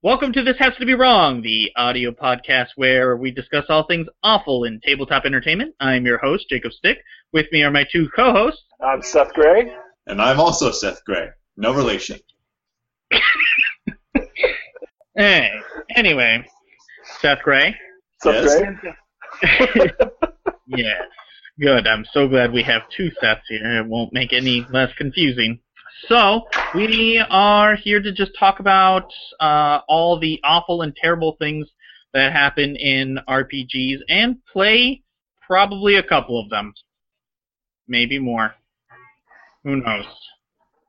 Welcome to This Has to Be Wrong, the audio podcast where we discuss all things awful in tabletop entertainment. I'm your host, Jacob Stick. With me are my two co hosts. I'm Um, Seth Gray. And I'm also Seth Gray. No relation. Hey, anyway, Seth Gray. Seth Yes. Gray. yeah, good. I'm so glad we have two sets here. It won't make any less confusing. So we are here to just talk about uh, all the awful and terrible things that happen in RPGs and play probably a couple of them, maybe more. Who knows?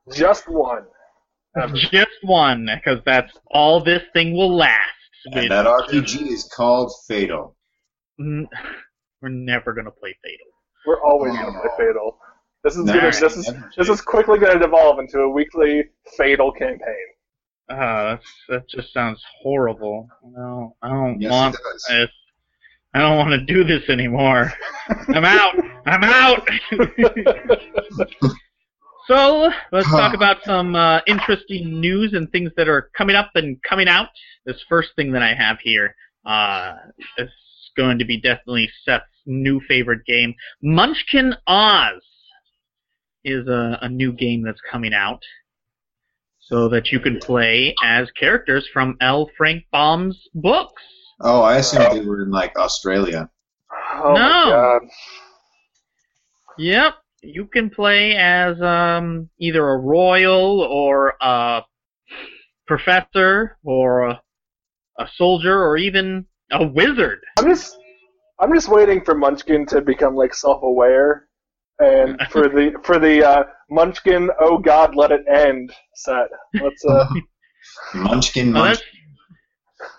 Uh, Just one. Um, Just one, because that's all this thing will last. And that RPG is called Fatal. N- We're never gonna play Fatal. We're always gonna play Fatal. This is Nah, gonna, this is never this change. is quickly gonna devolve into a weekly Fatal campaign. Uh, that's, that just sounds horrible. No, I don't Yes, want it does. this. I don't want to do this anymore. I'm out. I'm out. Oh so let's talk about some uh, interesting news and things that are coming up and coming out. This first thing that I have here uh, is going to be definitely Seth's new favorite game, Munchkin Oz. Is a, a new game that's coming out, so that you can play as characters from L. Frank Baum's books. Oh, I assumed they were in like Australia. Oh my No. god. Yep. You can play as um, either a royal or a professor or a, a soldier or even a wizard. I'm just I'm just waiting for Munchkin to become like self-aware, and for the for the uh, Munchkin Oh God Let It End set. Let's uh, Munchkin, Now,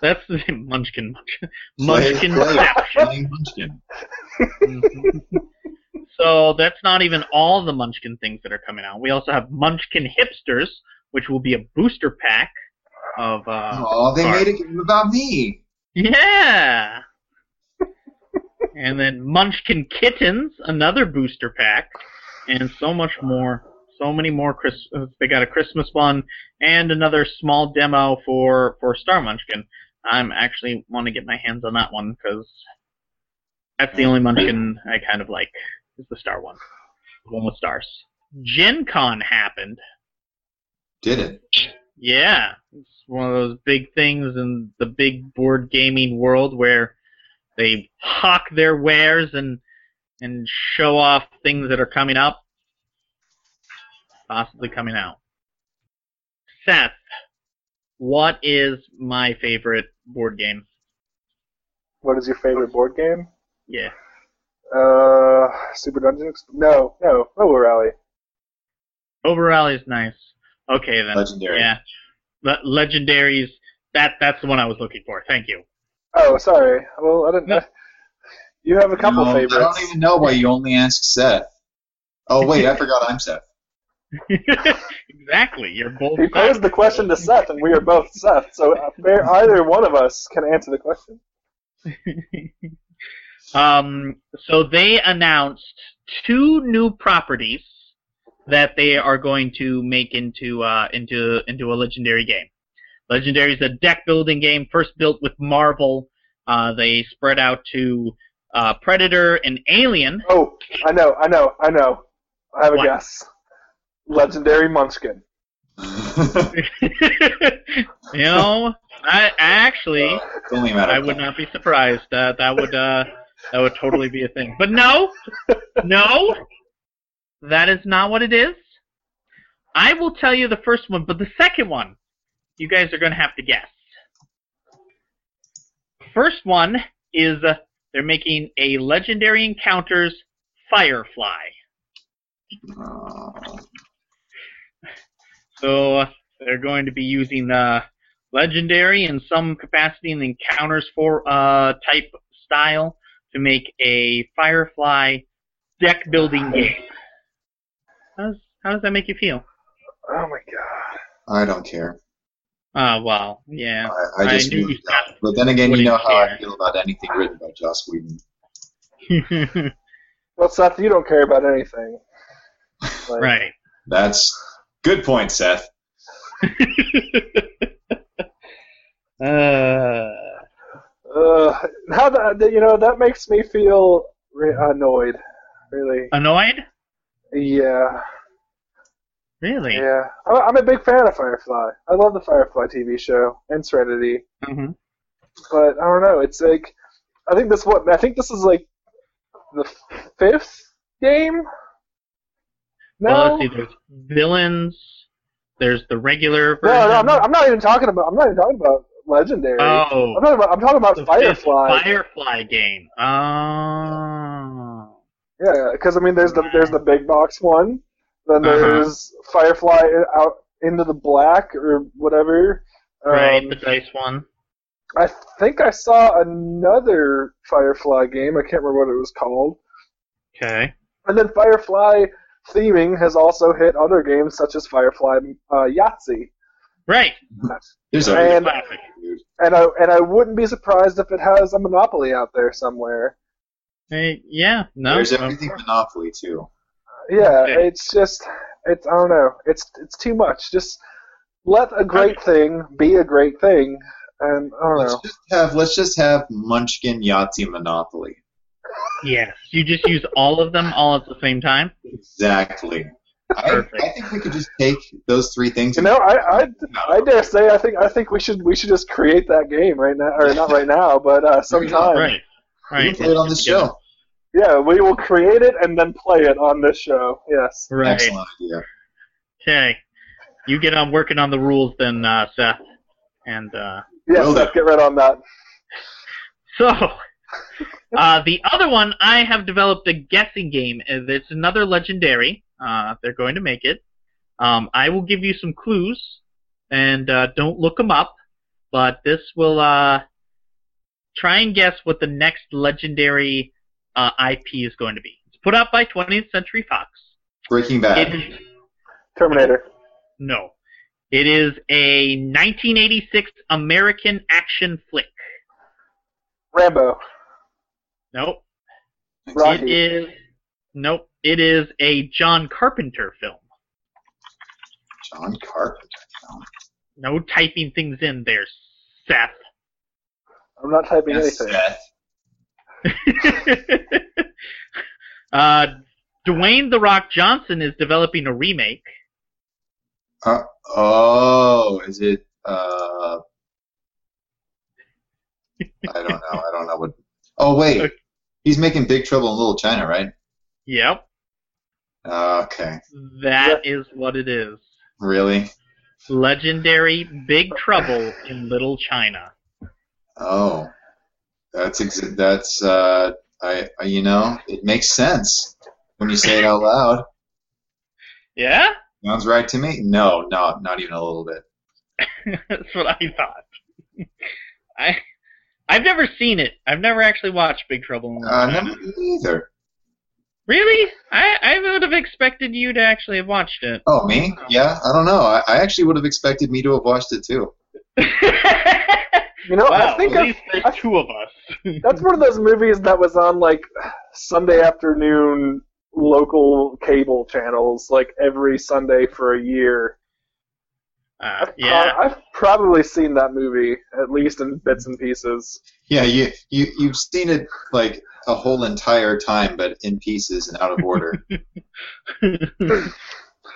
that's Munchkin. that's the Munchkin Munchkin Play- Munchkin. play- playing Munchkin. Mhm. so that's not even all the Munchkin things that are coming out. We also have Munchkin Hipsters, which will be a booster pack of. Uh, Oh, they sorry. made a game about me. Yeah. and then Munchkin Kittens, another booster pack, and so much more. So many more. Chris- uh, they got a Christmas one and another small demo for for Star Munchkin. I'm actually want to get my hands on that one because that's the only Munchkin I kind of like is the Star one, the one with stars. Gen Con happened. Did it? Yeah, it's one of those big things in the big board gaming world where they hawk their wares and and show off things that are coming up, possibly coming out. Seth, what is my favorite board game? what is your favorite board game? Yeah, Uh, Super Dungeon? Ex- no, no, Robo Rally. Overall is nice. Okay then. Legendary. Yeah, Le- legendaries. That that's the one I was looking for. Thank you. Oh, sorry. Well, I didn't. No. You have a couple No, I favorites. don't even know why you only asked Seth. Oh wait, I forgot I'm Seth. exactly. You're both. He posed the question to Seth, and we are both Seth, so uh, fair- either one of us can answer the question. um, so they announced two new properties that they are going to make into uh, into into a legendary game. Legendary is a deck building game first built with Marvel. Uh, they spread out to uh, Predator and Alien. Oh, I know, I know, I know. I have a What? guess. Legendary Munchkin. it's you know, I actually only a matter. I of would time. not be surprised. That that would uh, that would totally be a thing. But no, no, that is not what it is. I will tell you the first one, but the second one, you guys are going to have to guess. First one is uh, they're making a legendary encounters Firefly. Oh. So uh, they're going to be using uh, legendary in some capacity and encounters for uh, type style to make a Firefly deck building game. How does, how does that make you feel? Oh my god. I don't care. Ah, well, yeah. I, I just knew moved you on. But then again, you wouldn't know how care. I feel about anything written by Joss Whedon. stopped. Well, Seth, you don't care about anything. Like, right. That's good point, Seth. Uh, Uh, how that you know that makes me feel re- annoyed, really. annoyed? Yeah, Really? yeah. I'm, I'm a big fan of Firefly. I love the Firefly TV show and Serenity, hmm but I don't know. It's like I think this what I think this is like the f- fifth game. No, Well, let's see. There's villains. There's the regular version. no, no. I'm not. I'm not even talking about. I'm not even talking about Legendary. Oh, I'm talking about. I'm talking about the fifth Firefly. Um, Firefly game. Oh. Yeah, because I mean, there's the there's the big box one, then Uh-huh. there's Firefly out into the black or whatever. Right, Um, the dice one. I think I saw another Firefly game. I can't remember what it was called. Okay. And then Firefly theming has also hit other games such as Firefly uh, Yahtzee. Right. There's a And- Classic. And I and I wouldn't be surprised if it has a Monopoly out there somewhere. Hey, yeah. No. there's um, everything Monopoly too. Yeah, Okay. it's just it's I don't know. It's it's too much. Just let a great thing be a great thing, and I don't Let's know. just have let's just have Munchkin Yahtzee Monopoly. Yes. You just use all of them all at the same time. Exactly. I, Perfect. I think we could just take those three things. You and- know, I, I No. I dare say I think I think we should we should just create that game right now, or not right now, but uh, sometime. Right. we can Right. play it on the show. Yeah, we will create it and then play it on this show. Yes. Right. Excellent idea. Okay. You get on working on the rules then, uh, Seth. And uh, Yes. Will do. Let's get right on that. so, uh, the other one, I have developed a guessing game. Uh, It's another legendary. Uh, they're going to make it. Um, I will give you some clues, and uh, don't look them up. But this will uh, try and guess what the next legendary uh, IP is going to be. It's put out by 20th Century Fox. Breaking Bad. It is Terminator. No. It is a 1986 American action flick. Rambo. Nope. Rocky. It is. Nope. It is a John Carpenter film. John Carpenter. No typing things in there, Seth. I'm not typing Yes, anything. Seth. uh, Dwayne The Rock Johnson is developing a remake. Oh, is it? Uh, I don't know. I don't know what. Oh wait, Okay. he's making Big Trouble in Little China, right? Uh, Yep. Okay, that is what it is. really? Legendary Big Trouble in Little China. Oh, that's ex- that's uh, I, I you know it makes sense when you say it out loud. Yeah? Sounds right to me. No, no, not even a little bit. That's what I thought. I I've never seen it. I've never actually watched Big Trouble in Little Uh, China. no, me either. Really? I I would have expected you to actually have watched it. Oh, me? Yeah, I don't know. I, I actually would have expected me to have watched it too. You know, wow, I think at I've- least there's I- two of us. that's one of those movies that was on like Sunday afternoon local cable channels, like every Sunday for a year. Uh, I've, yeah. pro- I've probably seen that movie at least in bits and pieces. Yeah, you you you've seen it like a whole entire time, but in pieces and out of order.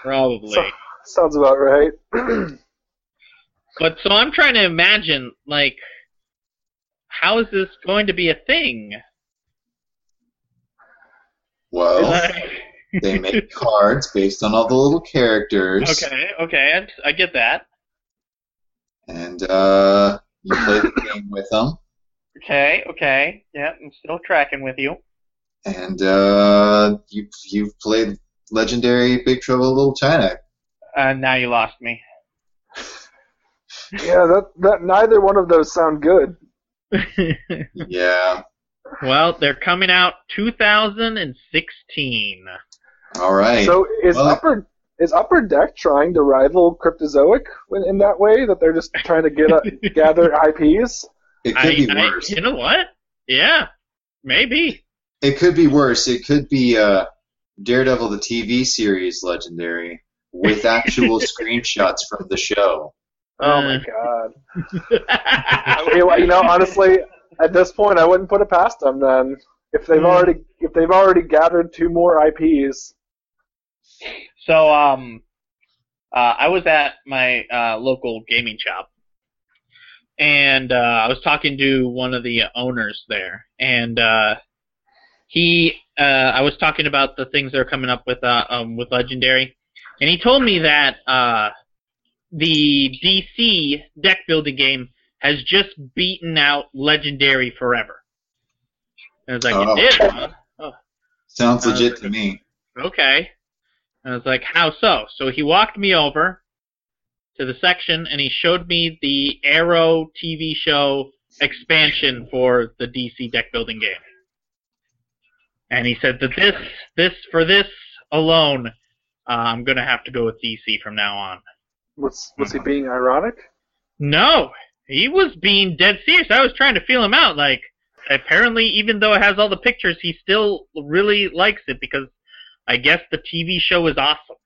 Probably. So- Sounds about right. But so I'm trying to imagine like how is this going to be a thing? well, Like- they make cards based on all the little characters, okay, okay, I, I get that. and uh, you play the game with them. Okay, okay. Yeah, I'm still tracking with you. and uh, you you've played legendary Big Trouble in Little China. Uh, now you lost me. yeah, that, that neither one of those sound good. Yeah. well, they're coming out 2016. All right. So is Well- upper is upper deck trying to rival Cryptozoic in, in that way that they're just trying to get a, gather IPs? it could I, be I- worse. you know what? Yeah, maybe. it could be worse. It could be uh, Daredevil the TV series legendary with actual screenshots from the show. Oh Uh, my god. I mean, well, you know, honestly, at this point, I wouldn't put it past them. Then, if they've Hmm. already if they've already gathered two more IPs, So um, uh, I was at my uh, local gaming shop, and uh, I was talking to one of the owners there, and uh, he, uh, I was talking about the things they're coming up with uh, um, with Legendary, and he told me that uh, the DC deck building game has just beaten out Legendary forever. And I was like, Oh. it did. huh? Sounds Uh, legit to me. okay. And I was like, how so? So he walked me over to the section and he showed me the Arrow TV show expansion for the DC deck building game. And he said that this, this for this alone, uh, I'm gonna have to go with DC from now on. was Hmm. was he being ironic? No, he was being dead serious. I was trying to feel him out. Like, apparently, even though it has all the pictures, he still really likes it because I guess the TV show is awesome.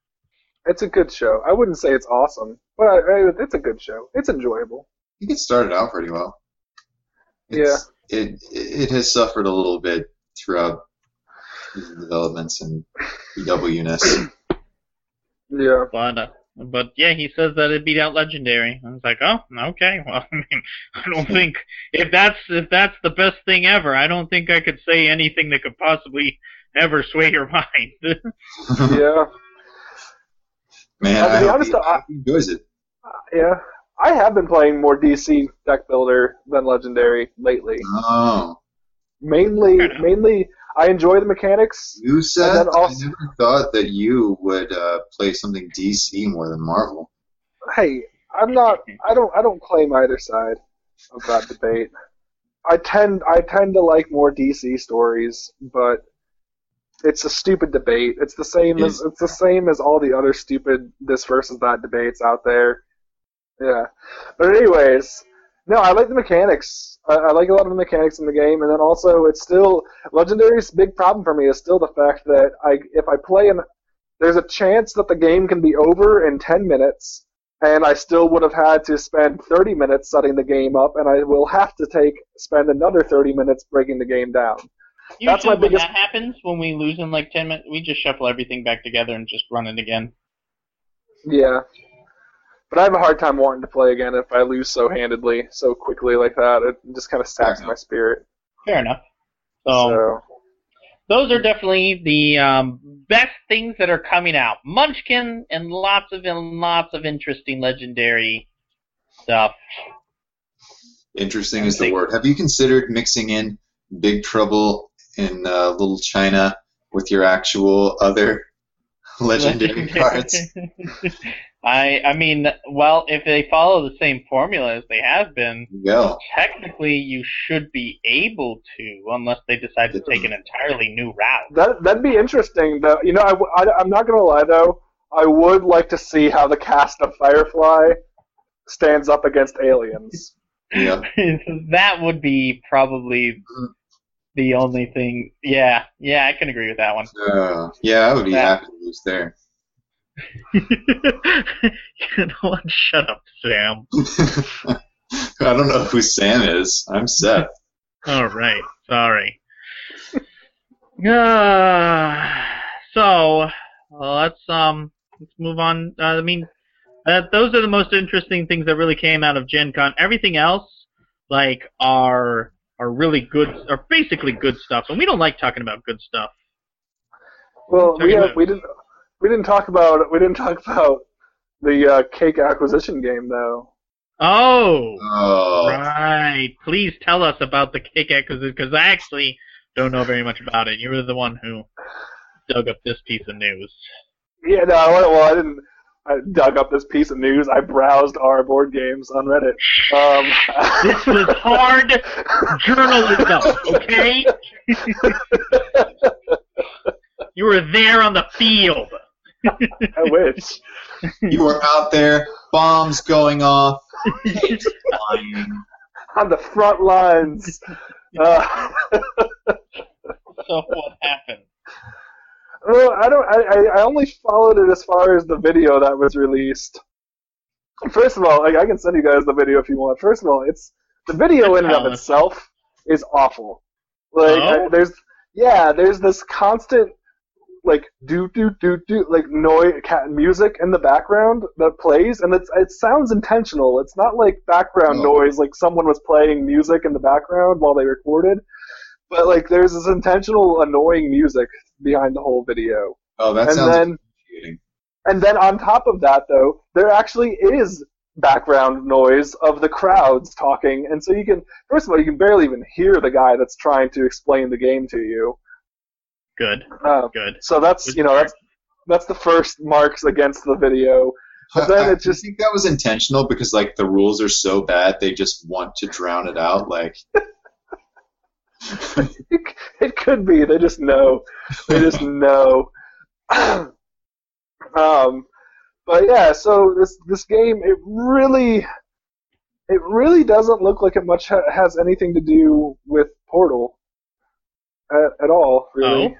It's a good show. I wouldn't say it's awesome, but I, I, it's a good show. It's enjoyable. You get started out pretty well. It's, yeah. It it has suffered a little bit throughout the developments and PWness. Yeah. But, uh, but yeah, he says that it beat out Legendary. I was like, oh, okay. Well, I mean, I don't think if that's if that's the best thing ever, I don't think I could say anything that could possibly ever sway your mind. Hmm. Yeah. Man, I'll be I hope honest, he, I I- hope he enjoys it. Yeah. I have been playing more DC deck builder than Legendary lately. Oh, Mainly, Fair enough. mainly, I enjoy the mechanics. you said then also- I never thought that you would uh, play something DC more than Marvel. Hey, I'm not. I don't. I don't claim either side of that debate. I tend. I tend to like more DC stories, but it's a stupid debate. It's the same as. Yes. It's the same as all the other stupid this versus that debates out there. Yeah, but anyways, no, I like the mechanics. I, I like a lot of the mechanics in the game, and then also it's still Legendary's big problem for me is still the fact that I if I play an there's a chance that the game can be over in 10 minutes and I still would have had to spend 30 minutes setting the game up and I will have to take spend another 30 minutes breaking the game down. That's my Usually when biggest- that happens, when we lose in like ten minutes, we just shuffle everything back together and just run it again. Yeah. But I have a hard time wanting to play again if I lose so handedly, so quickly like that. It just kind of saps my spirit. Fair enough. Um, So, those are definitely the um, best things that are coming out. Munchkin and lots of and lots of interesting legendary stuff. Interesting is the Interesting. word. Have you considered mixing in Big Trouble in uh, Little China with your actual other legendary cards? I I mean, well, if they follow the same formula as they have been, There you go. technically you should be able to, unless they decide to take an entirely new route. that, that'd be interesting, though. You know, I, w- I, am not going to lie, though. I would like to see how the cast of Firefly stands up against aliens. Yeah. that would be probably the only thing. Yeah, yeah, I can agree with that one. Uh, yeah, I would be Yeah. happy to lose there. you know what? Shut up, Sam. I don't know who Sam is. I'm Seth. All right. Sorry. Ah, so let's um let's move on. Uh, I mean, uh, those are the most interesting things that really came out of Gen Con. Everything else, like, are are really good, are basically good stuff, and we don't like talking about good stuff. Well, Sorry, we, no. have, we didn't we didn't talk about we didn't talk about the uh, cake acquisition game though. Oh, Oh, right. Please tell us about the cake acquisition because I actually don't know very much about it. You were the one who dug up this piece of news. Yeah, no, I- well, I didn't. I dug up this piece of news. I browsed our board games on Reddit. This Um, was hard journalism, okay? you were there on the field. I wish. you were out there, bombs going off, Oh, cakes flying. On the front lines. Uh, So what happened? well, I don't. I, I- I only followed it as far as the video that was released. First of all, like, I can send you guys the video if you want. First of all, it's the video in and of Tell us. itself is awful. Like Oh? I- there's yeah, there's this constant like do do do do like noise cat music in the background that plays and it's it sounds intentional. It's not like background Oh. noise like someone was playing music in the background while they recorded. But like there's this intentional annoying music behind the whole video. Oh, that And sounds then- infuriating. And then on top of that, though, there actually is background noise of the crowds talking, and so you can, first of all, you can barely even hear the guy that's trying to explain the game to you. Good, Uh, good. so that's you know that's that's the first marks against the video. But then I- it just- I think that was intentional because like the rules are so bad they just want to drown it out. Like It could be they just know they just know. um, but yeah, so this this game it really it really doesn't look like it much ha- has anything to do with Portal at, at all, really. Oh.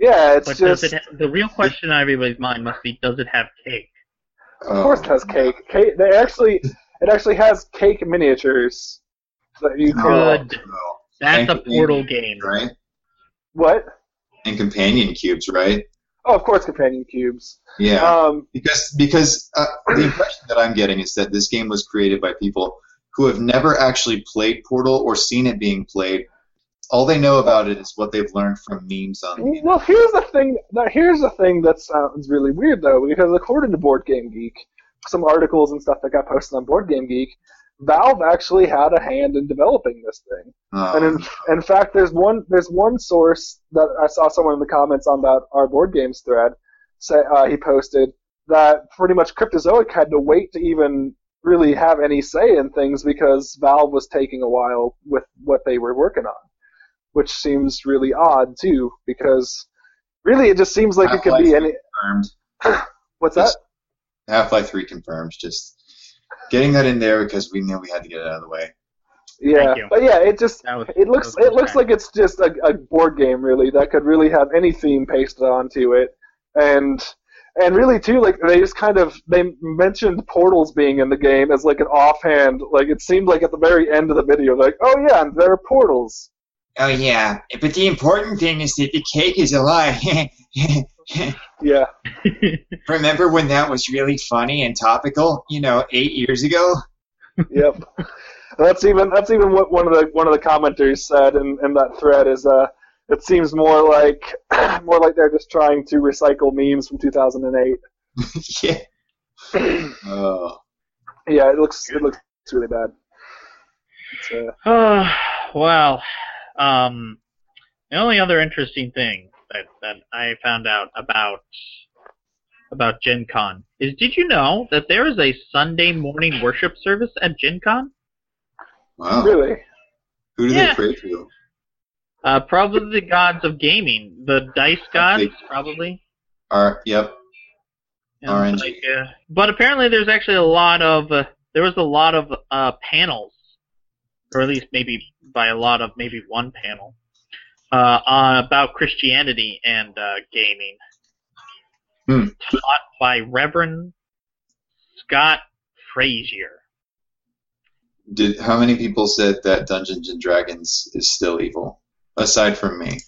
Yeah, it's But just does it? Ha- the real question in everybody's mind must be: Does it have cake? of course it um, has cake. Cake they actually it actually has cake miniatures that you collect. Good. no. That's a Thank you. portal game. right? What? And companion cubes, right? Oh, of course, companion cubes. Yeah. Um, Because because uh, the impression that I'm getting is that this game was created by people who have never actually played Portal or seen it being played. All they know about it is what they've learned from memes on the Well, here's the thing. Now, here's the thing that sounds really weird though, because according to Board Game Geek, some articles and stuff that got posted on Board Game Geek, Valve actually had a hand in developing this thing. And um, in, in fact, there's one there's one source that I saw someone in the comments on that our board games thread say uh, he posted that pretty much Cryptozoic had to wait to even really have any say in things because Valve was taking a while with what they were working on, which seems really odd too because really it just seems like it could be any. confirmed. What's that? Half Life Three confirmed. Just getting that in there because we knew we had to get it out of the way. Yeah, you. but yeah, it just That was. It looks Those it looks kind. like it's just a, a board game really that could really have any theme pasted onto it, and and really too like they just kind of they mentioned portals being in the game as like an offhand like it seemed like at the very end of the video like oh yeah and there are portals Oh yeah, but the important thing is that the cake is a lie. yeah Remember when that was really funny and topical? You know, eight years ago. yep that's even that's even what one of the one of the commenters said in, in that thread is uh it seems more like more like they're just trying to recycle memes from 2008 yeah. Oh. yeah it looks it looks really bad. It's, uh, Oh, well, um, the only other interesting thing that, that I found out about about Gen Con is did you know that there is a Sunday morning worship service at Gen Con? Wow. Really? Who do Yeah. they pray to? Uh, probably the gods of gaming, the dice gods, probably. Are yep. And it's RNG. like, uh, but apparently, there's actually a lot of uh, there was a lot of uh, panels, or at least maybe by a lot of maybe one panel, uh, on, about Christianity and uh, gaming, Hmm. taught by Reverend Scott Frazier. Did how many people said that Dungeons and Dragons is still evil? Aside from me.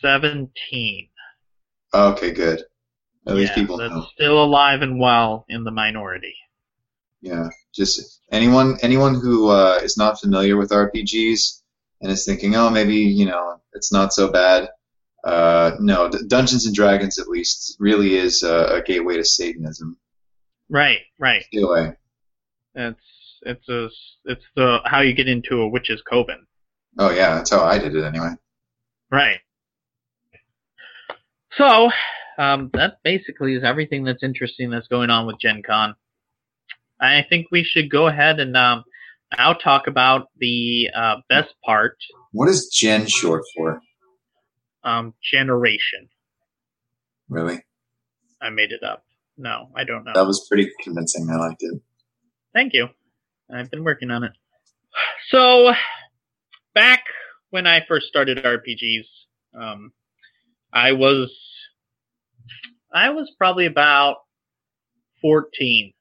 Seventeen. Okay, good. At least Yeah, people that's know. still alive and well in the minority. Yeah. Just anyone anyone who uh, is not familiar with RPGs and is thinking, oh, maybe you know it's not so bad. Uh, no, D- Dungeons and Dragons at least really is a, a gateway to Satanism. Right, right. Anyway, It's it's a it's the how you get into a witch's coven. oh yeah, that's how I did it anyway. Right. So, um, that basically is everything that's interesting that's going on with Gen Con. I think we should go ahead and um, now talk about the uh, best part What is Gen short for? um, generation. Really? I made it up. No, I don't know. That was pretty convincing. I liked it. Thank you. I've been working on it. So, back when I first started RPGs, um, I was I was probably about 14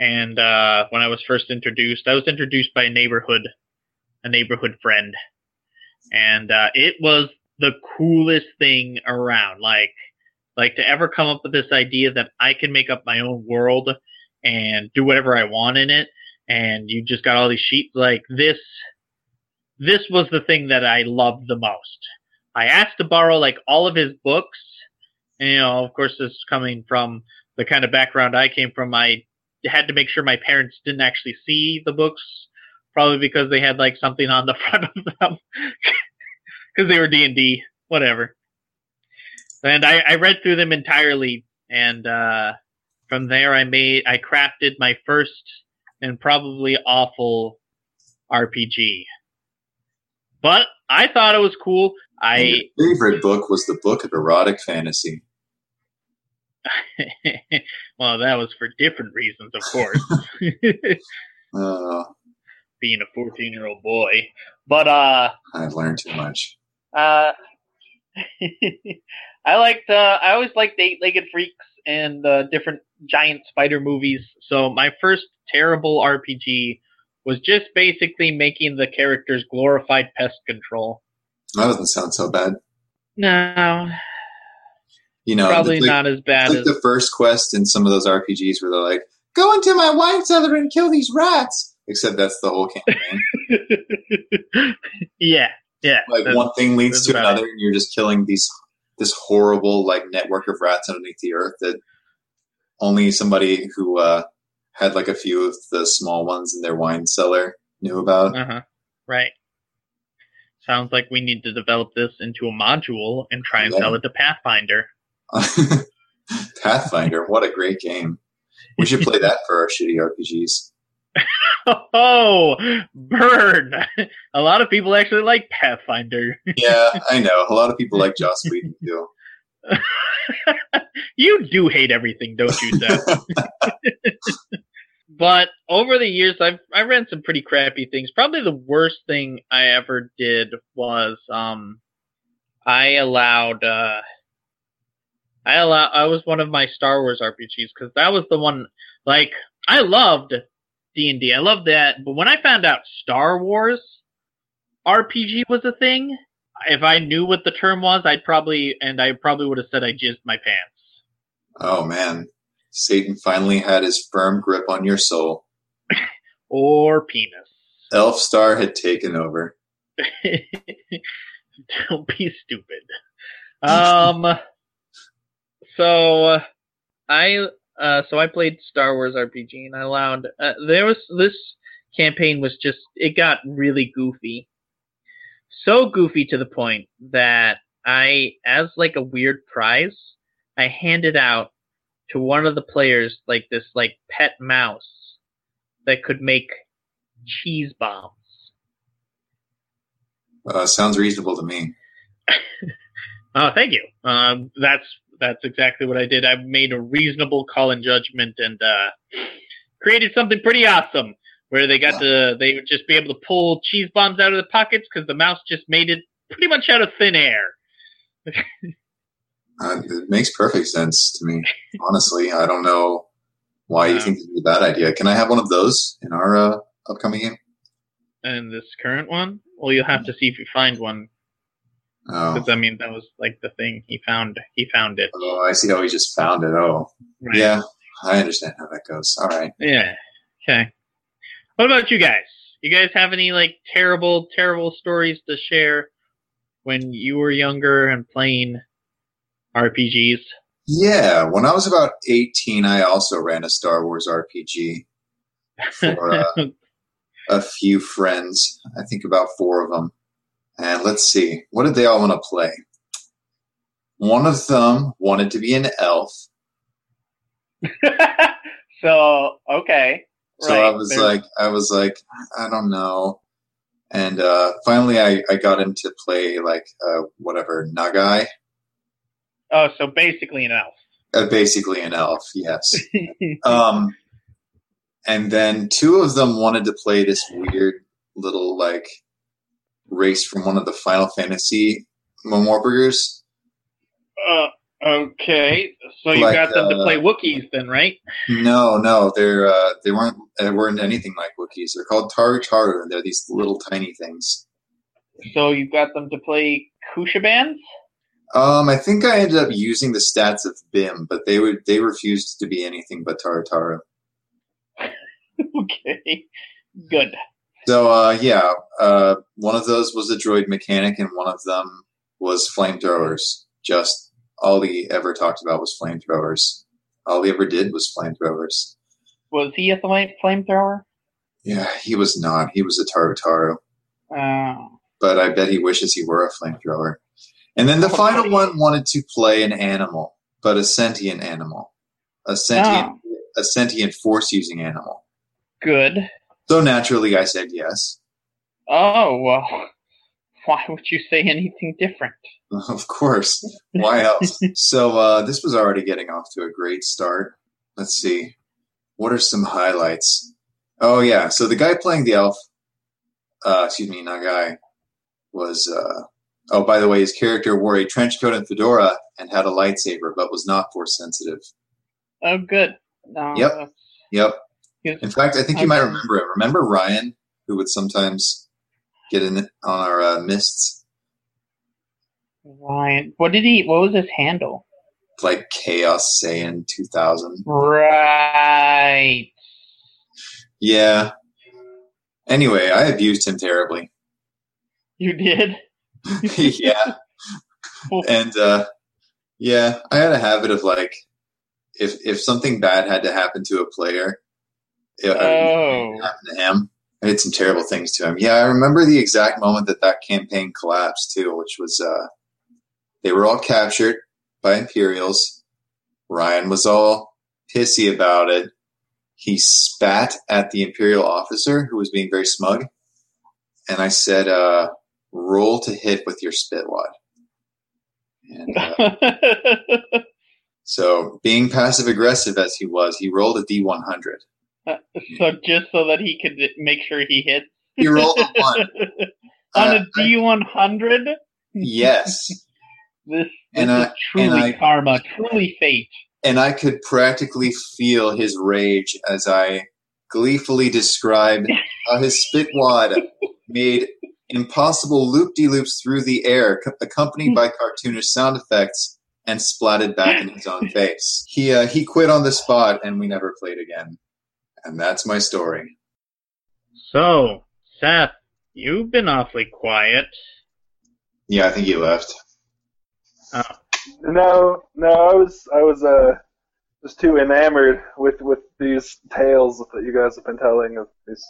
And uh, when I was first introduced, I was introduced by a neighborhood, a neighborhood friend, and uh, it was the coolest thing around. Like, like to ever come up with this idea that I can make up my own world and do whatever I want in it. And you just got all these sheets like this. This was the thing that I loved the most. I asked to borrow like all of his books. And, you know, of course, this is coming from the kind of background I came from. I had to make sure my parents didn't actually see the books, probably because they had like something on the front of them, because they were D and D, whatever. And I, I read through them entirely, and uh, from there I made, I crafted my first and probably awful RPG. But I thought it was cool. I Your favorite book was the book of erotic fantasy. well, that was for different reasons, of course, Oh, being a 14 year old boy. But, uh, I learned too much. uh, I liked, uh, I always liked Eight Legged Freaks and uh, different giant spider movies. So my first terrible RPG was just basically making the characters glorified pest control. That doesn't sound so bad. No, You know, probably it's like, not as bad it's as like the first quest in some of those RPGs where they're like, "Go into my wine cellar and kill these rats." Except that's the whole campaign. yeah, yeah. like that's- one thing leads that's to about another, and you're just killing these this horrible like network of rats underneath the earth that only somebody who uh, had like a few of the small ones in their wine cellar knew about. Uh huh. Right. Sounds like we need to develop this into a module and try and Yeah. sell it to Pathfinder. Pathfinder, what a great game! We should play that for our shitty RPGs. Oh, burn! a lot of people actually like Pathfinder. Yeah, I know. A lot of people like Joss Whedon too. you do hate everything, don't you, Seth? but over the years, I've I ran some pretty crappy things. Probably the worst thing I ever did was um, I allowed uh, I allow I was one of my Star Wars RPGs because that was the one like I loved D and D. I loved that, but when I found out Star Wars RPG was a thing, if I knew what the term was, I'd probably and I probably would have said I jizzed my pants. Oh man, Satan finally had his firm grip on your soul. or penis. Elf Star had taken over. Don't be stupid. Um, so uh, I uh, so I played Star Wars RPG, and I allowed uh, there was this campaign was just it got really goofy, so goofy to the point that I, as like a weird prize, I handed out to one of the players like this like pet mouse that could make cheese bombs. Uh, sounds reasonable to me. Oh, thank you. Um, that's that's exactly what I did. I made a reasonable call and judgment, and uh, created something pretty awesome where they got to they would just be able to pull cheese bombs out of the pockets because the mouse just made it pretty much out of thin air. Uh, it makes perfect sense to me. Honestly, I don't know why you Yeah. think it'd be a bad idea. Can I have one of those in our uh, upcoming game? And this current one, well, you'll have to see if you find one Oh, because I mean that was like the thing he found. He found it. oh I see how he just found it. Oh, Right? yeah, I understand how that goes. All right. Yeah. Okay. What about you guys? You guys have any like terrible, terrible stories to share when you were younger and playing RPGs? Yeah, when I was about 18, I also ran a Star Wars RPG for uh, a few friends. I think about four of them. And let's see, what did they all want to play? One of them wanted to be an elf. so okay. So I was like, I was like, I don't know. And uh, finally, I, I got him to play like uh, whatever Nagai, oh, so basically an elf. uh, basically an elf. Yes. um, and then two of them wanted to play this weird little like race from one of the Final Fantasy Memorburgers. uh, Okay, so you Like, got them to uh, play Wookiees then, right? No, no, they're uh, they weren't they weren't anything like Wookiees. They're called Taru Taru, and they're these little tiny things. So you got them to play Kushaban? Um, I think I ended up using the stats of Bim, but they would they refused to be anything but Taru Taru. okay, good. So uh, yeah, uh, one of those was a droid mechanic, and one of them was flamethrowers. Just all he ever talked about was flamethrowers. All he ever did was flamethrowers. Was he a flame flamethrower? Yeah, he was not. He was a Taru Taru, Oh, but I bet he wishes he were a flamethrower. And then the Oh, final buddy. one wanted to play an animal, but a sentient animal, a sentient, Ah. a sentient force using animal. oh, good. So naturally, I said yes. Oh well, why would you say anything different? Of course. Why else? so uh, this was already getting off to a great start. Let's see. What are some highlights? Oh yeah. So the guy playing the elf, uh, excuse me, not guy, was. Uh, oh, by the way, his character wore a trench coat and fedora and had a lightsaber, but was not force sensitive. Oh, good. uh, No, Yep. that's- Yep. Yes. In fact, I think you might Okay. remember it. Remember Ryan, who would sometimes get in on our uh, mists Ryan, what did he? What was his handle? like Chaos Saiyan two thousand. Right. Yeah. Anyway, I abused him terribly. You did. yeah. And uh, yeah, I had a habit of like, if if something bad had to happen to a player, it, Oh. it happened to him. I did some terrible things to him. Yeah, I remember the exact moment that that campaign collapsed too, which was uh, they were all captured by Imperials. Ryan was all pissy about it. He spat at the Imperial officer who was being very smug, and I said, uh, "Roll to hit with your spit wad." And, uh, so, being passive aggressive as he was, he rolled a d100. so just so that he could make sure he hit He rolled a one. on Uh, a D one hundred. yes. This, this And I- is truly I- karma, truly fate. and I could practically feel his rage as I gleefully described how his spit wad made impossible loop de loops through the air, c- accompanied by cartoonish sound effects, and splatted back in his own face. He uh, he quit on the spot, and we never played again. And that's my story. So, Seth, you've been awfully quiet. Yeah, I think he left. No, no, I was I was uh just too enamored with with these tales that you guys have been telling of these.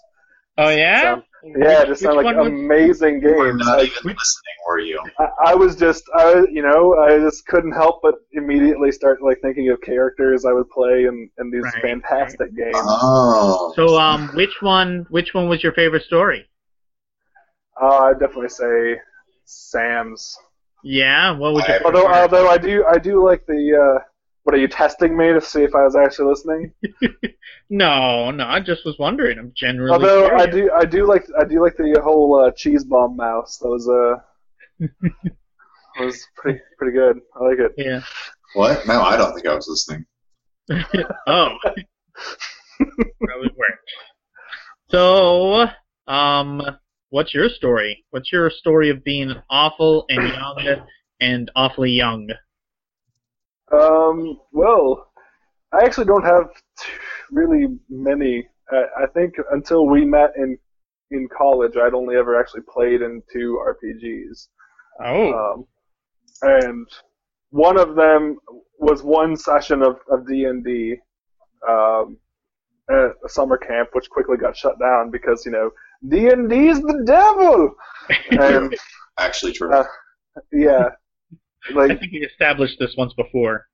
Oh yeah, Sound- yeah, Which- just which sound like one was- amazing You were games. not Like, even listening, were you? I, I was just I you know I just couldn't help but immediately start like thinking of characters I would play in in these Right, fantastic games. Oh. So, um, which one? Which one was your favorite story? Uh, I'd definitely say Sam's. Yeah, what was your favorite Although story? although I do I do like the uh, what are you testing me to see if I was actually listening? no, no, I just was wondering. I'm generally Although I curious. do, I do like, I do like the whole uh, cheese bomb mouse. That was uh, was pretty, pretty good. I like it. Yeah. what? No, I don't think I was listening. Oh. Probably worked. So, um, what's your story? What's your story of being awful and young and awfully young? Um, well, I actually don't have t- really many. I, I think until we met in in college, I'd only ever actually played in two RPGs. Oh. Um, and one of them was one session of, of D&D um, at a summer camp, which quickly got shut down because, you know, D&D's the devil! and, Actually, true. Uh, yeah, I like, think we established this once before.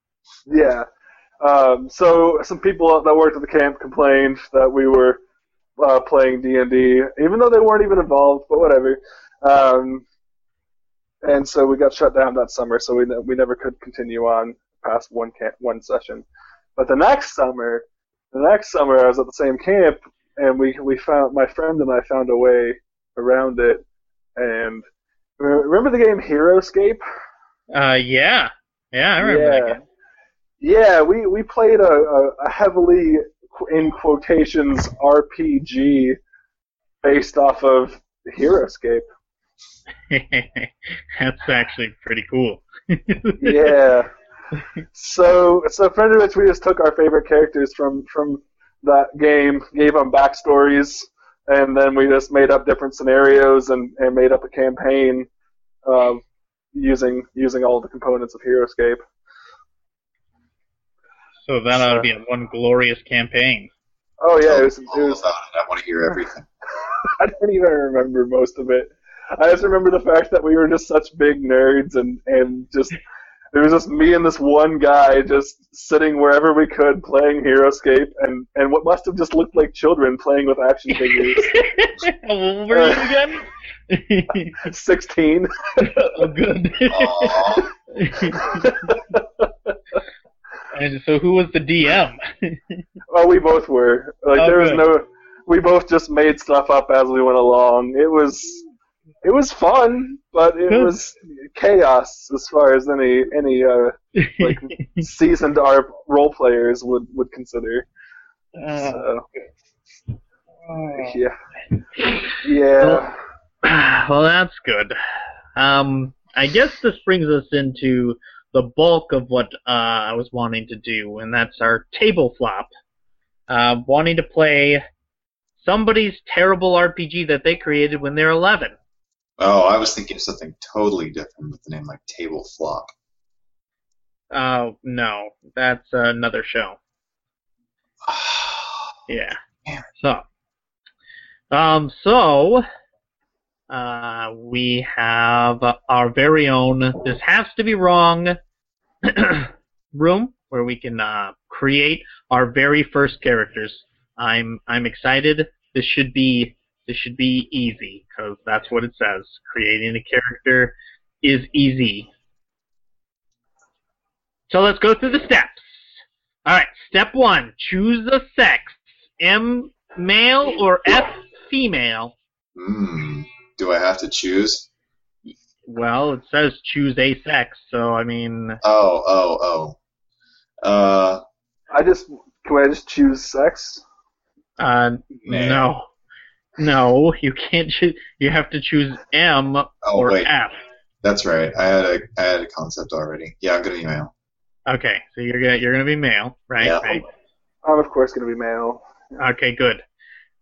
yeah. Um, so some people that worked at the camp complained that we were uh, playing D and D, even though they weren't even involved. But whatever. Um, and so we got shut down that summer, so we ne- we never could continue on past one camp, one session. But the next summer, the next summer I was at the same camp, and we we found my friend and I found a way around it. uh, And re- remember the game Heroescape? Uh, yeah. Yeah, I remember that Yeah. game. Yeah, we, we played a, a, a heavily, qu- in quotations, RPG based off of HeroScape. That's actually pretty cool. yeah. So, so Fenderwitz, we just took our favorite characters from from that game, gave them backstories, and then we just made up different scenarios and, and made up a campaign uh, using using all the components of HeroScape. So that ought to be a one glorious campaign. Oh yeah, Tell it me was, it all was about it. I want to hear everything. I don't even remember most of it. I just remember the fact that we were just such big nerds and, and just it was just me and this one guy just sitting wherever we could playing HeroScape and, and what must have just looked like children playing with action figures. what were you again? Sixteen. Uh. oh, good. Aw. and so who was the DM? Well, we both were. Like Oh, there was good. no we both just made stuff up as we went along. It was it was fun, but it Good. was chaos as far as any any uh, like seasoned our role players would, would consider. Uh, So, yeah. Yeah. well, that's good. Um, I guess this brings us into the bulk of what uh, I was wanting to do, and that's our table flop. Uh, wanting to play somebody's terrible RPG that they created when they're 11. Oh, I was thinking of something totally different with the name like Table Flop. Oh, no. That's another show. Yeah. Yeah. So, um, so, uh, we have our very own "This Has to Be Wrong" room where we can uh, create our very first characters. I'm I'm excited. This should be this should be easy because that's what it says. Creating a character is easy. So let's go through the steps. All right, step one: choose the sex, M male or F female. Hmm. Do I have to choose? Well, it says choose a sex, so I mean, Oh, oh, oh. Uh, I just can I just choose sex? uh, Male. no, no, you can't. Cho- you have to choose M oh, or wait. F. That's right. I had a I had a concept already. Yeah, I'm gonna email. Okay, so you're gonna you're gonna be male, right? Yeah. Right. I'm of course gonna be male. Okay, good.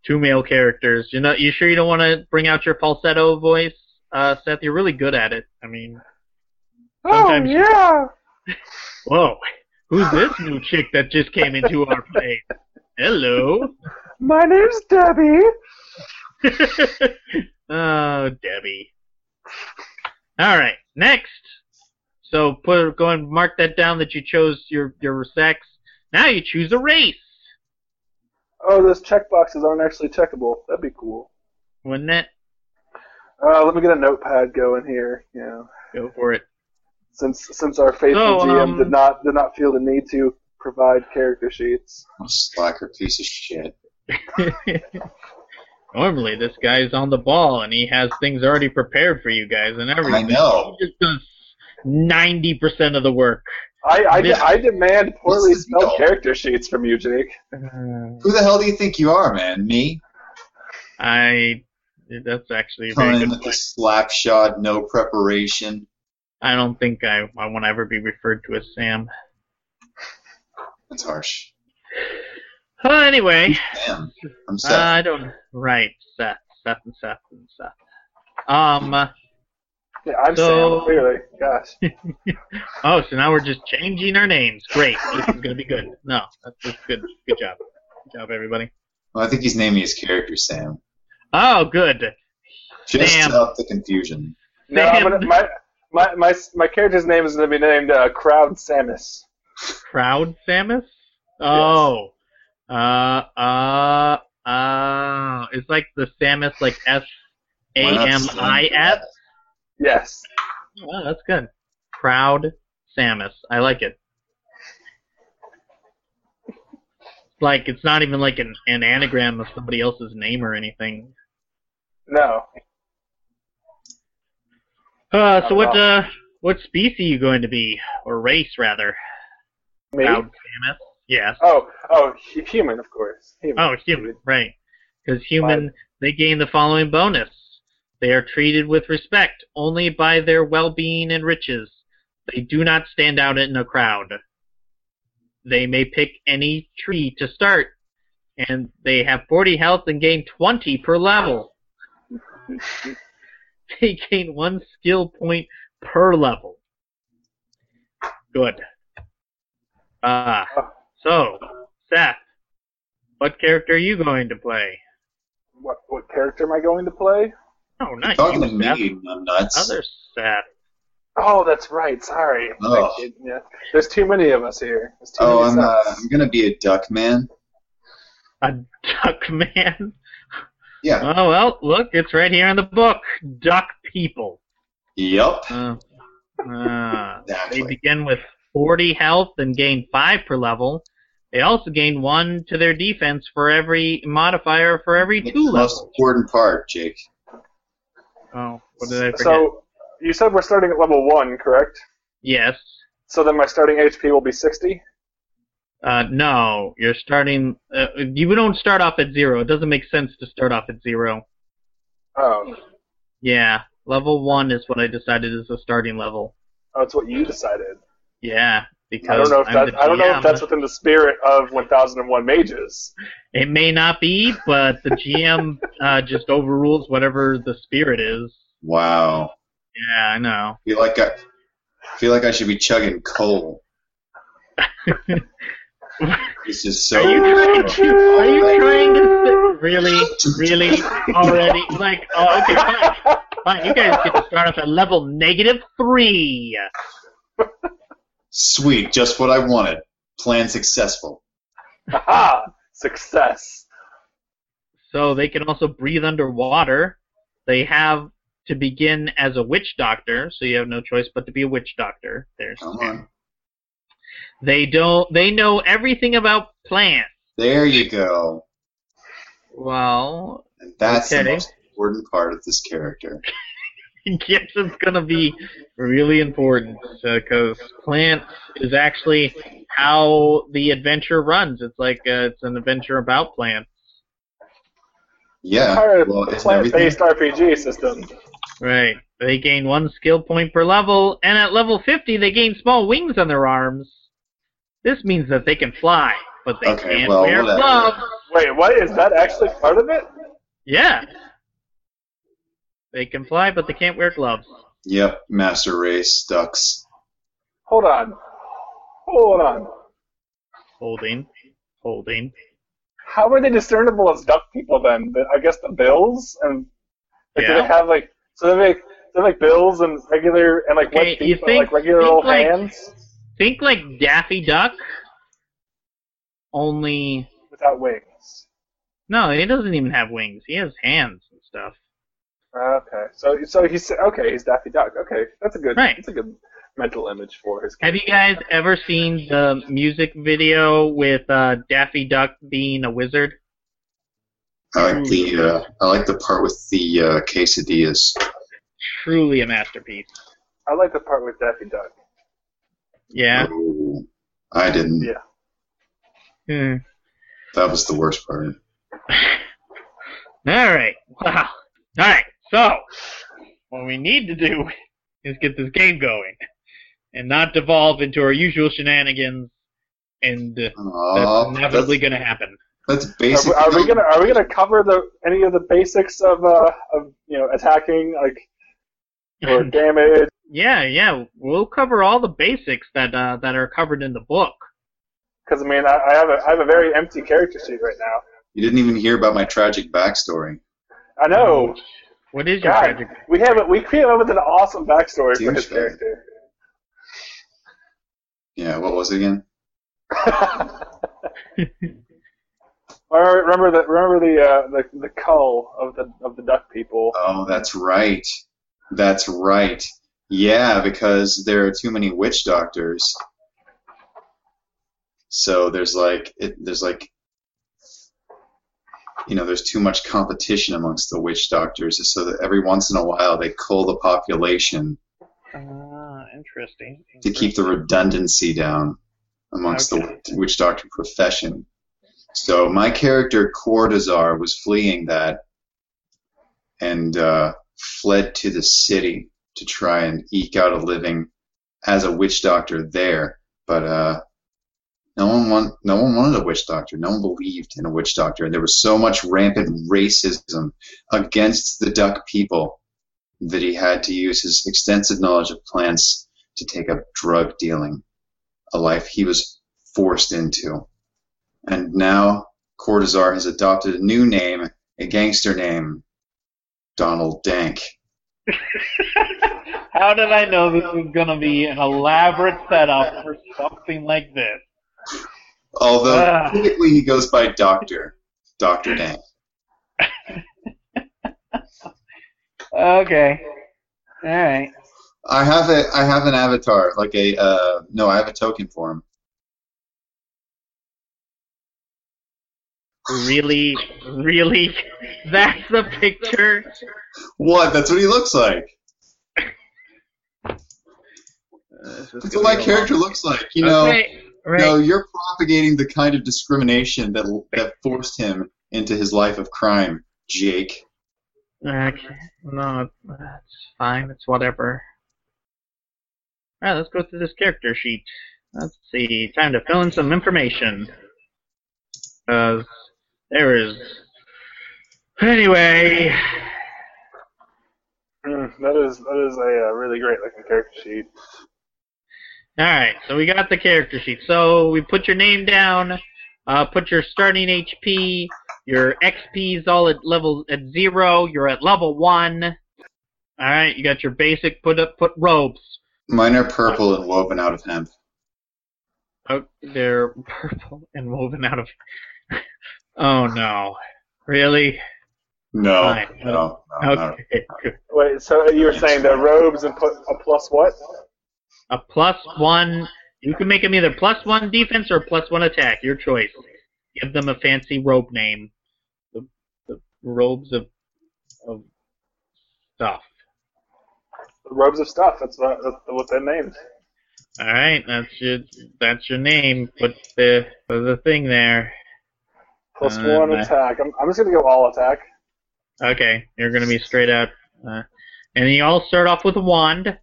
Two male characters. You know, you sure you don't want to bring out your falsetto voice, uh, Seth? You're really good at it. I mean, Sometimes oh you- yeah. whoa, who's this new chick that just came into our place? Hello. My name's Debbie. oh, Debbie. All right, next. So put go and mark that down that you chose your your sex. Now you choose a race. Oh, those check boxes aren't actually checkable. That'd be cool. Wouldn't it? Uh, let me get a notepad going here. Yeah. Go for it. Since since our faithful So, GM um, did not did not feel the need to provide character sheets. I'm a slacker piece of shit. Normally this guy's on the ball and he has things already prepared for you guys and I everything. know. He just does ninety percent of the work. I I, de- Yeah. I demand poorly This is spelled dull. character sheets from you, Jake. Who the hell do you think you are, man? Me? I. That's actually a very Coming in good with a point. slap shot, no preparation. I don't think I I want to ever be referred to as Sam. That's harsh. Uh, anyway. Damn. I'm Uh, sad. I don't. Right, Seth, Seth, and Seth, and Seth. Um. Yeah, I'm So- Sam, clearly. Gosh. Oh, so now we're just changing our names. Great. This is gonna be good. No, that's, that's good. Good job. Good job, everybody. well, I think he's naming his character Sam. Oh, good. Just Sam. to up the confusion. No, I'm Sam. gonna, my, my my my character's name is going to be named uh, Crowd Samus. Crowd Samus. Oh. Uh. Uh. Uh. It's like the Samus, like S A Why not M I S. Sam? Yes. Oh, that's good. Proud Samus. I like it. It's Like it's not even like an, an anagram of somebody else's name or anything. No. Uh, so what uh, What species are you going to be, or race rather? Me? Proud Samus. Yes. Oh, oh, hu- human, of course. Human. Oh, human, right. Because human, they gain the following bonus. They are treated with respect only by their well-being and riches. They do not stand out in a crowd. They may pick any tree to start, and they have 40 health and gain 20 per level. they gain one skill point per level. Good. Ah, so, Seth, what character are you going to play? What, what character am I going to play? Oh, not Talking you, to Seth. me, I'm nuts. Other Seth. Oh, that's right. Sorry. Ugh. I kid- yeah. There's too many of us here. There's too Oh, many I'm, uh, Seths. I'm gonna be a duck man. A duck man. Yeah. Oh well, look, it's right here in the book. Duck people. Yup. Uh, uh, they Exactly. begin with 40 health and gain five per level. They also gain one to their defense for every modifier for every That's two the most levels. important part, Jake. Oh, what did I forget? So, you said we're starting at level 1, correct? yes. So then my starting HP will be 60? Uh, no, you're starting. Uh, you don't start off at zero. It doesn't make sense to start off at zero. Oh. Yeah, level one is what I decided is the starting level. Oh, it's what you decided. Yeah, because I don't know if I'm that, the I don't know GM. if that's within the spirit of 1001 Mages. It may not be, but the GM uh, just overrules whatever the spirit is. Wow. Yeah, I know. Feel like I feel like I should be chugging coal. this is so. Are you trying to? Are you trying to? Th- really, really, already? Like, oh, okay, fine, fine. You guys get to start off at level negative three. Sweet, just what I wanted. Plan successful. Aha! Ah, Success. so they can also breathe underwater. They have to begin as a witch doctor, so you have no choice but to be a witch doctor. There's Come on. they don't they know everything about plants. There you go. Well, And that's the Okay. most important part of this character. I guess it's gonna be really important because plants is actually how the adventure runs. It's like uh, it's an adventure about plants, Yeah. Entire Well, isn't everything? plant-based RPG system. right? They gain one skill point per level, and at level 50, they gain small wings on their arms. This means that they can fly, but they Okay, can't well, wear whatever. gloves. Wait, what? Is that actually part of it? Yeah. They can fly, but they can't wear gloves. Yep. Master race ducks. Hold on. Hold on. Holding. Holding. How are they discernible as duck people then? The- I guess the bills and like, do Yeah. they have like so they make they like bills and regular and like Okay, what you people think- like regular think, old like- hands Think like Daffy Duck, only. without wings. No, he doesn't even have wings. He has hands and stuff. Okay, so so he's okay. He's Daffy Duck. Okay, that's a good Right. that's a good mental image for his. Have you guys ever seen the music video with uh, Daffy Duck being a wizard? I Hmm. like the uh, I like the part with the uh, quesadillas. Truly a masterpiece. I like the part with Daffy Duck. Yeah. Oh, I didn't. Yeah. Hmm. That was the worst part. All right. Wow. All right. So, what we need to do is get this game going and not devolve into our usual shenanigans, and uh, that's Aw, inevitably going to happen. that's, that's Are, basic. we- are we gonna are we gonna cover the any of the basics of uh of you know attacking like or damage? yeah, yeah. We'll cover all the basics that uh, that are covered in the book. Because I mean I, I have a I have a very empty character sheet right now. You didn't even hear about my tragic backstory. I Oh. know. What is your God. tragic? We have a, we came up with an awesome backstory for his Douchebag. character. Yeah, what was it again? I remember the remember the uh, the the cull of the of the duck people. Oh, that's right. That's right. Yeah, because there are too many witch doctors. So there's like it, there's like you know, there's too much competition amongst the witch doctors so that every once in a while they cull the population Uh, interesting. to keep the redundancy down amongst Okay. the witch doctor profession. So my character Cortazar was fleeing that and uh, fled to the city to try and eke out a living as a witch doctor there. But uh, no one want, no one wanted a witch doctor. No one believed in a witch doctor, and there was so much rampant racism against the duck people that he had to use his extensive knowledge of plants to take up drug dealing, a life he was forced into. And now Cortazar has adopted a new name, a gangster name, Donald Dank. How did I know this was going to be an elaborate setup for something like this? Although Ah. typically he goes by Doctor, Doctor Dank. Okay. All right. I have a I have an avatar, like a uh, no, I have a token for him. Really, really, that's the picture. What? That's what he looks like. That's what my character looks like. You know. right, right. No, you're propagating the kind of discrimination that that forced him into his life of crime, Jake. Okay. No, it's fine. It's whatever. All right, let's go through this character sheet. Let's see. Time to fill in some information. Uh, there is. Anyway, Mm, that is that is a uh, really great looking character sheet. all right. So we got the character sheet. So we put your name down. Uh, put your starting HP. Your XP's all at level at zero. You're at level one. All right. You got your basic. Put up. Put robes. Mine are purple and woven out of hemp. Oh, they're purple and woven out of. oh no! Really? No, Fine. no, no, no. Okay. good. Wait, so you were saying the robes and put a plus what? A plus one. You can make them either plus one defense or plus one attack. Your choice. Give them a fancy robe name. The, the robes of of stuff. Robes of stuff. That's what that's what their names. All right, that's your that's your name. Put the put the thing there. Plus Uh, one nah. attack. I'm, I'm just gonna go all attack. Okay, you're gonna be straight up. Uh, and you all start off with a wand,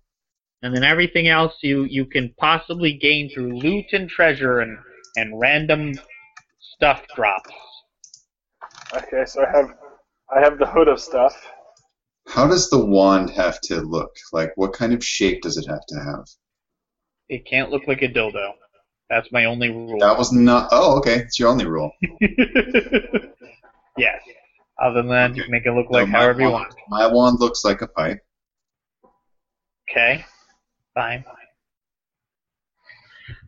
and then everything else you you can possibly gain through loot and treasure and and random stuff drops. Okay, so I have I have the hood of stuff. How does the wand have to look? Like, what kind of shape does it have to have? It can't look like a dildo. That's my only rule. That was not. Oh, okay. It's your only rule. yes. Other than that, you can make it look like No, my however you wand- want. My wand looks like a pipe. Okay. Fine.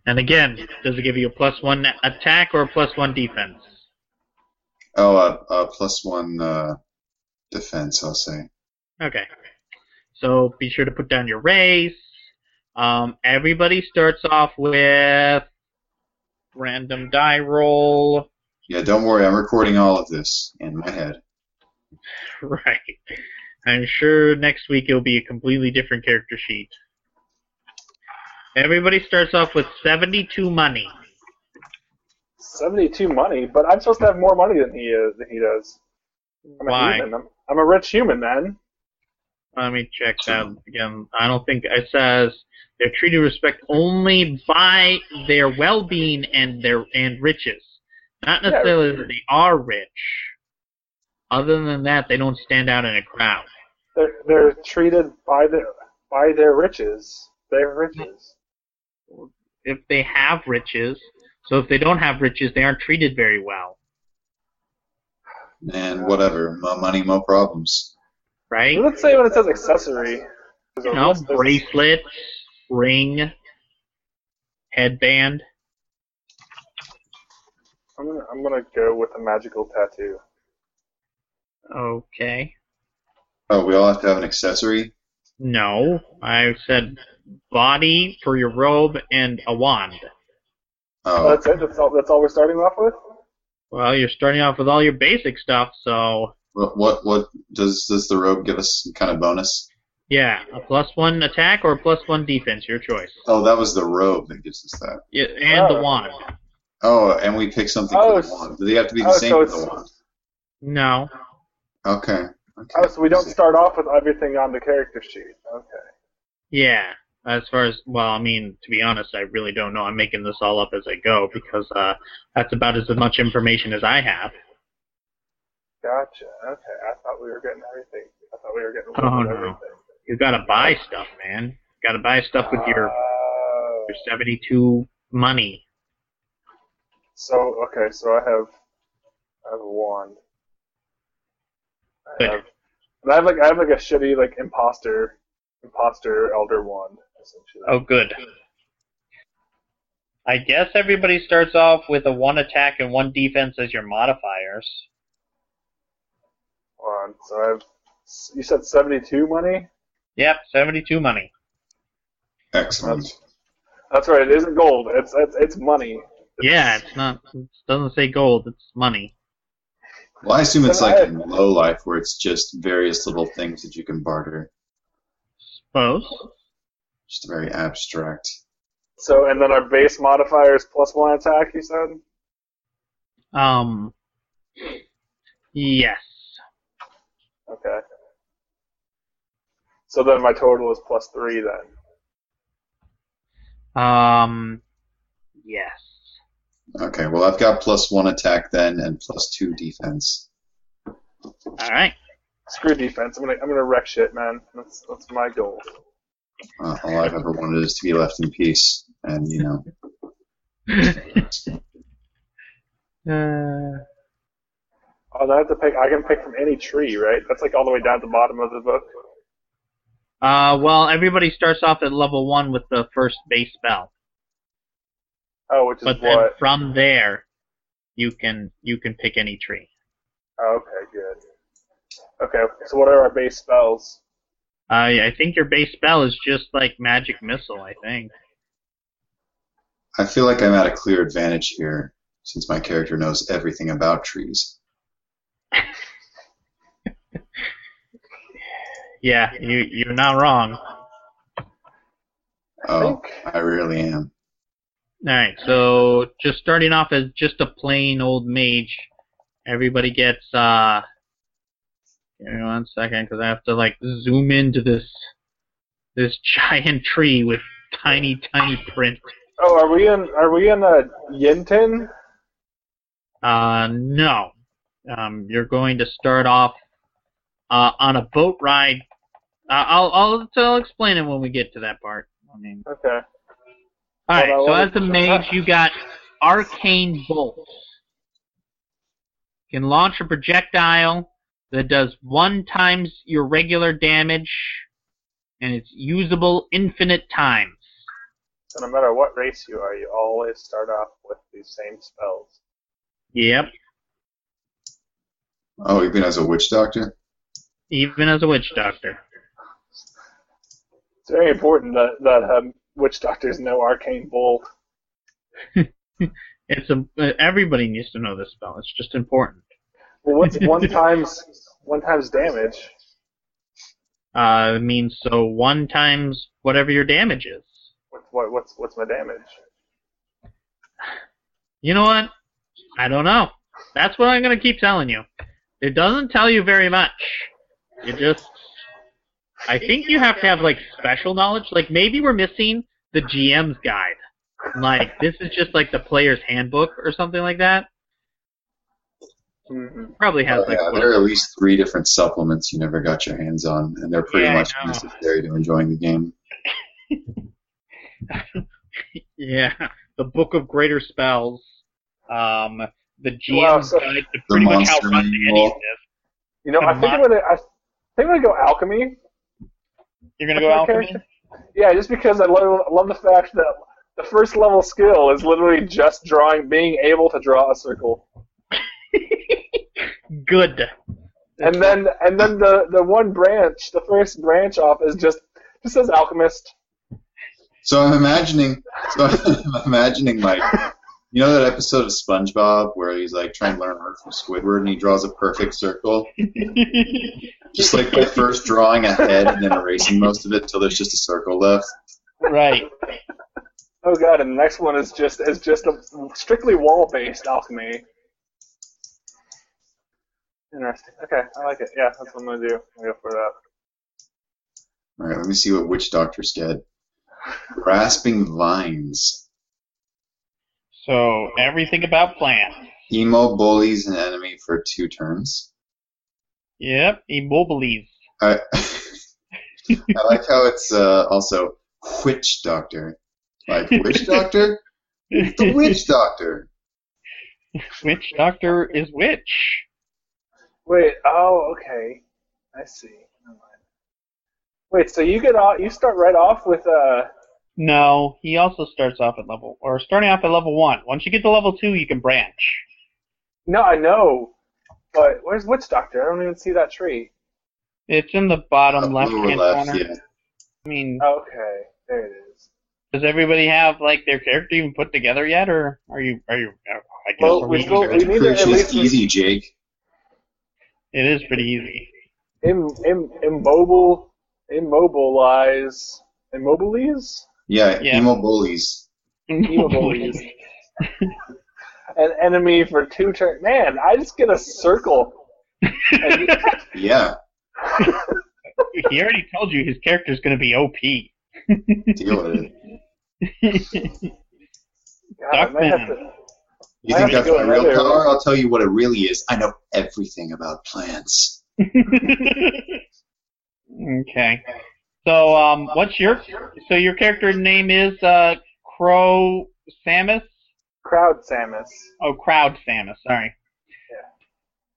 And again, does it give you a plus one attack or a plus one defense? Oh, a, a plus one uh, defense, I'll say. Okay. So be sure to put down your race. Um, everybody starts off with random die roll. Yeah, don't worry. I'm recording all of this in my head. Right. I'm sure next week it'll be a completely different character sheet. Everybody starts off with 72 money. Seventy two money, but I'm supposed to have more money than he is than he does. I'm a Why? human. I'm, I'm a rich human then. Let me check that again. I don't think it says they're treated with respect only by their well-being and their and riches, not Yeah. necessarily that they are rich. Other than that, they don't stand out in a crowd. They're they're treated by their by their riches. Their riches. If they have riches, so if they don't have riches, they aren't treated very well, And whatever. Mo money, mo problems. right? Let's say when it says accessory. there's a You know, list of- bracelet, ring, headband. I'm gonna, I'm gonna go with a magical tattoo. Okay. Oh, we all have to have an accessory. No, I said body for your robe and a wand. Oh, Oh, that's it. That's all. That's all we're starting off with. Well, you're starting off with all your basic stuff, so what what what does does the robe give us? Some kind of bonus? Yeah, a plus one attack or a plus one defense, your choice. Oh, that was the robe that gives us that. Yeah, and the Oh. wand. Oh, and we pick something Oh, for s- the wand. Do they have to be the oh, same so for the it's- wand? No, Okay. okay. Oh, so we don't See. start off with everything on the character sheet. Okay. yeah. As far as well, I mean, to be honest, I really don't know. I'm making this all up as I go because uh, that's about as much information as I have. Gotcha. Okay. I thought we were getting everything. I thought we were getting Oh, one of no. everything. You gotta buy stuff, man. You gotta buy stuff with your, Oh. your 72 money. So okay, so I have I have a wand. I Good. have, and I have like I have like a shitty like imposter imposter elder wand essentially. Oh, good. I guess everybody starts off with a one attack and one defense as your modifiers. Wand. So I have you said seventy two money? Yep, 72 money. Excellent. That's right, it isn't gold. It's it's it's money. Yeah, it's not. It doesn't say gold. It's money. Well, I assume it's But like I- in low life where it's just various little things that you can barter. Suppose. Just very abstract. So and then our base modifier is plus one attack, you said? Um. Yes. Okay. So then my total is plus three then. Um. Yes. Okay, well, I've got plus one attack then and plus two defense. All right. Screw defense. I'm gonna I'm gonna wreck shit, man. That's that's my goal. Uh, all I've ever wanted is to be left in peace. And, you know, uh, Oh, then I have to pick. I can pick from any tree, right? That's like all the way down at the bottom of the book. uh. Well, everybody starts off at level one with the first base spell, Oh, which is but then what? from there, you can you can pick any tree. Oh, okay, good. Okay, so what are our base spells? I I think your base spell is just like magic missile. I think. I feel like I'm at a clear advantage here since my character knows everything about trees. Yeah. You you're not wrong. I Oh, think I really am. All right, so just starting off as just a plain old mage, everybody gets. uh Give me one second, because I have to like zoom into this this giant tree with tiny, tiny print. Oh, are we in? Are we in a Yintin? Uh, no, um, you're going to start off uh, on a boat ride. Uh, I'll, I'll I'll explain it when we get to that part. I mean, Okay. all right. Hold So on, as a let me- mage, you got arcane bolts. You can launch a projectile that does one times your regular damage, and it's usable infinite times. So no matter what race you are, you always start off with these same spells. Yep. Oh, even as a witch doctor? Even as a witch doctor. It's very important that that um, witch doctors know arcane bolt. It's a everybody needs to know this spell. It's just important. Well, what's one times one times damage? Uh, it means so one times whatever your damage is. What, what what's what's my damage? You know what? I don't know. That's what I'm gonna keep telling you. It doesn't tell you very much. You just, I think you have to have like special knowledge. Like maybe we're missing the GM's guide. Like this is just like the player's handbook or something like that. hmm Probably has Oh, like yeah, one- there are at least three different supplements you never got your hands on, and they're pretty Yeah, I much know. necessary to enjoying the game. yeah, the Book of Greater Spells. Um, the GM's Wow, so- guide to pretty much how monster to any manual. of this. You know, Kinda I think I'm mod- gonna I think I'm gonna go alchemy. You're gonna What's go my alchemy. character? Yeah, just because I love, love the fact that the first level skill is literally just drawing, being able to draw a circle, Good. and then and then the the one branch, the first branch off is just just says alchemist. So I'm imagining, so I'm imagining like You know that episode of SpongeBob where he's like trying to learn art from Squidward and he draws a perfect circle, just like by first drawing a head and then erasing most of it till there's just a circle left. right. Oh god, and the next one is just is just a strictly wall based alchemy. Interesting. Okay, I like it. Yeah, that's what I'm gonna do. I'm gonna go for that. All right, let me see what Witch Doctor said. Grasping vines, So everything about plants. emo bullies an enemy for two turns. Yep, immobiles. I, I like how it's uh, also witch doctor. Like witch doctor? The witch doctor. Which doctor is which? Wait. Oh, okay. I see. Never mind. Wait. So you get off. You start right off with uh. No, he also starts off at level, or starting off at level one. Once you get to level two, you can branch. No, I know. But where's Witch Doctor? I don't even see that tree. It's in the bottom Up left lower hand left, corner. yeah. I mean, Okay, there it is. does everybody have like their character even put together yet, or are you are you? I guess Well, we're we reading still- directions. need to at Creation least- is easy, Jake. it is pretty easy. Im, im, immobile, immobilize, immobilize, Yeah, Yeah. emo bullies. immobilize. An enemy for two turns. Man, I just get a circle. And you- Yeah, he already told you his character's going to be OP. deal with it. God, I might have to. You I think have that's to my go real another- power? I'll tell you what it really is. I know everything about plants. okay. So, um, what's your so your character name is uh, Crow Samus? Crowd Samus. Oh, Crowd Samus. Sorry.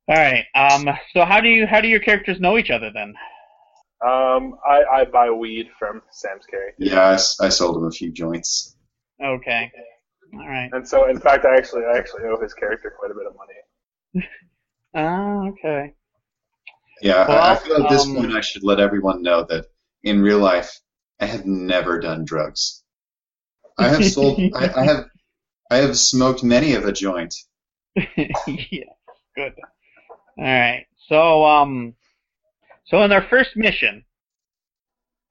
All right. Um, so how do you how do your characters know each other then? Um, I, I buy weed from Sam's Carry. Yeah, I, s- I sold him a few joints. Okay. All right. And so, in fact, I actually I actually owe his character quite a bit of money. Ah, okay. Yeah, I, I Well, feel at this um, point I should let everyone know that in real life I have never done drugs. I have sold. I, I have. I have smoked many of a joint. yeah. Good. All right. So um, so in their first mission,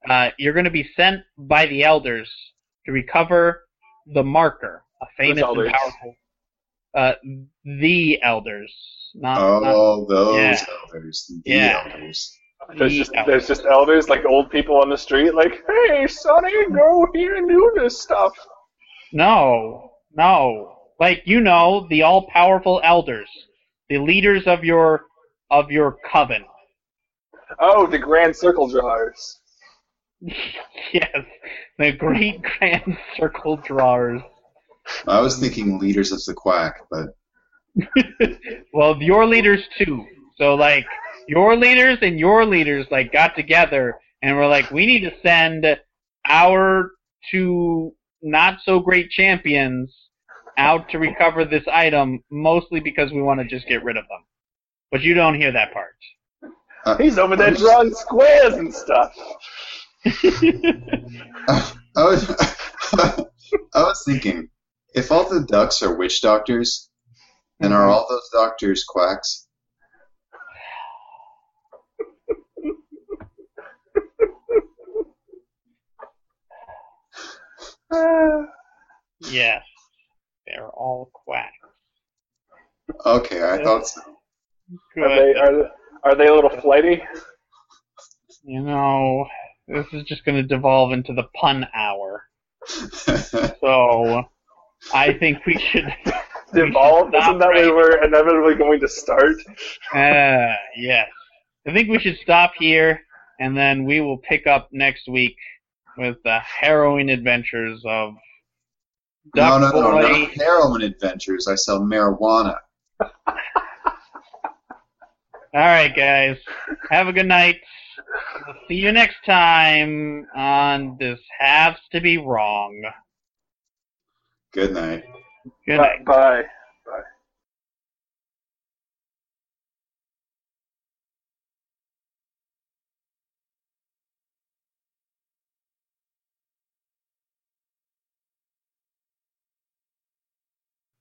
uh, you're going to be sent by the elders to recover the marker, a famous and elders? powerful. Uh, the elders, not, not Oh, those Uh-huh. yeah. elders, the Yeah. elders. There's the just elders. there's just elders like old people on the street like, hey, Sonny, go here and do this stuff. No, no. Like you know, the all-powerful elders, the leaders of your of your coven. Oh, the Grand Circle Jars. yes, the great grand circle drawers. I was thinking leaders of the quack, but well, your leaders too. So like your leaders and your leaders like got together and were like, we need to send our two not so great champions out to recover this item, mostly because we want to just get rid of them. But you don't hear that part. He's over there drawing squares and stuff. I was I was thinking if all the ducks are witch doctors, and Mm-hmm. are all those doctors quacks? Uh, Yes, they're all quack. Okay, I thought so. are they Good. are, are they a little flighty? You know, this is just going to devolve into the pun hour. So I think we should Devolve? stop Isn't that right- where we're inevitably going to start? Ah, yes. I think we should stop here, and then we will pick up next week with the harrowing adventures of No, Duck no, no, Boy. not heroin adventures. I sell marijuana. All right, guys. Have a good night. We'll see you next time on this has to be wrong. Good night. Good night. Bye.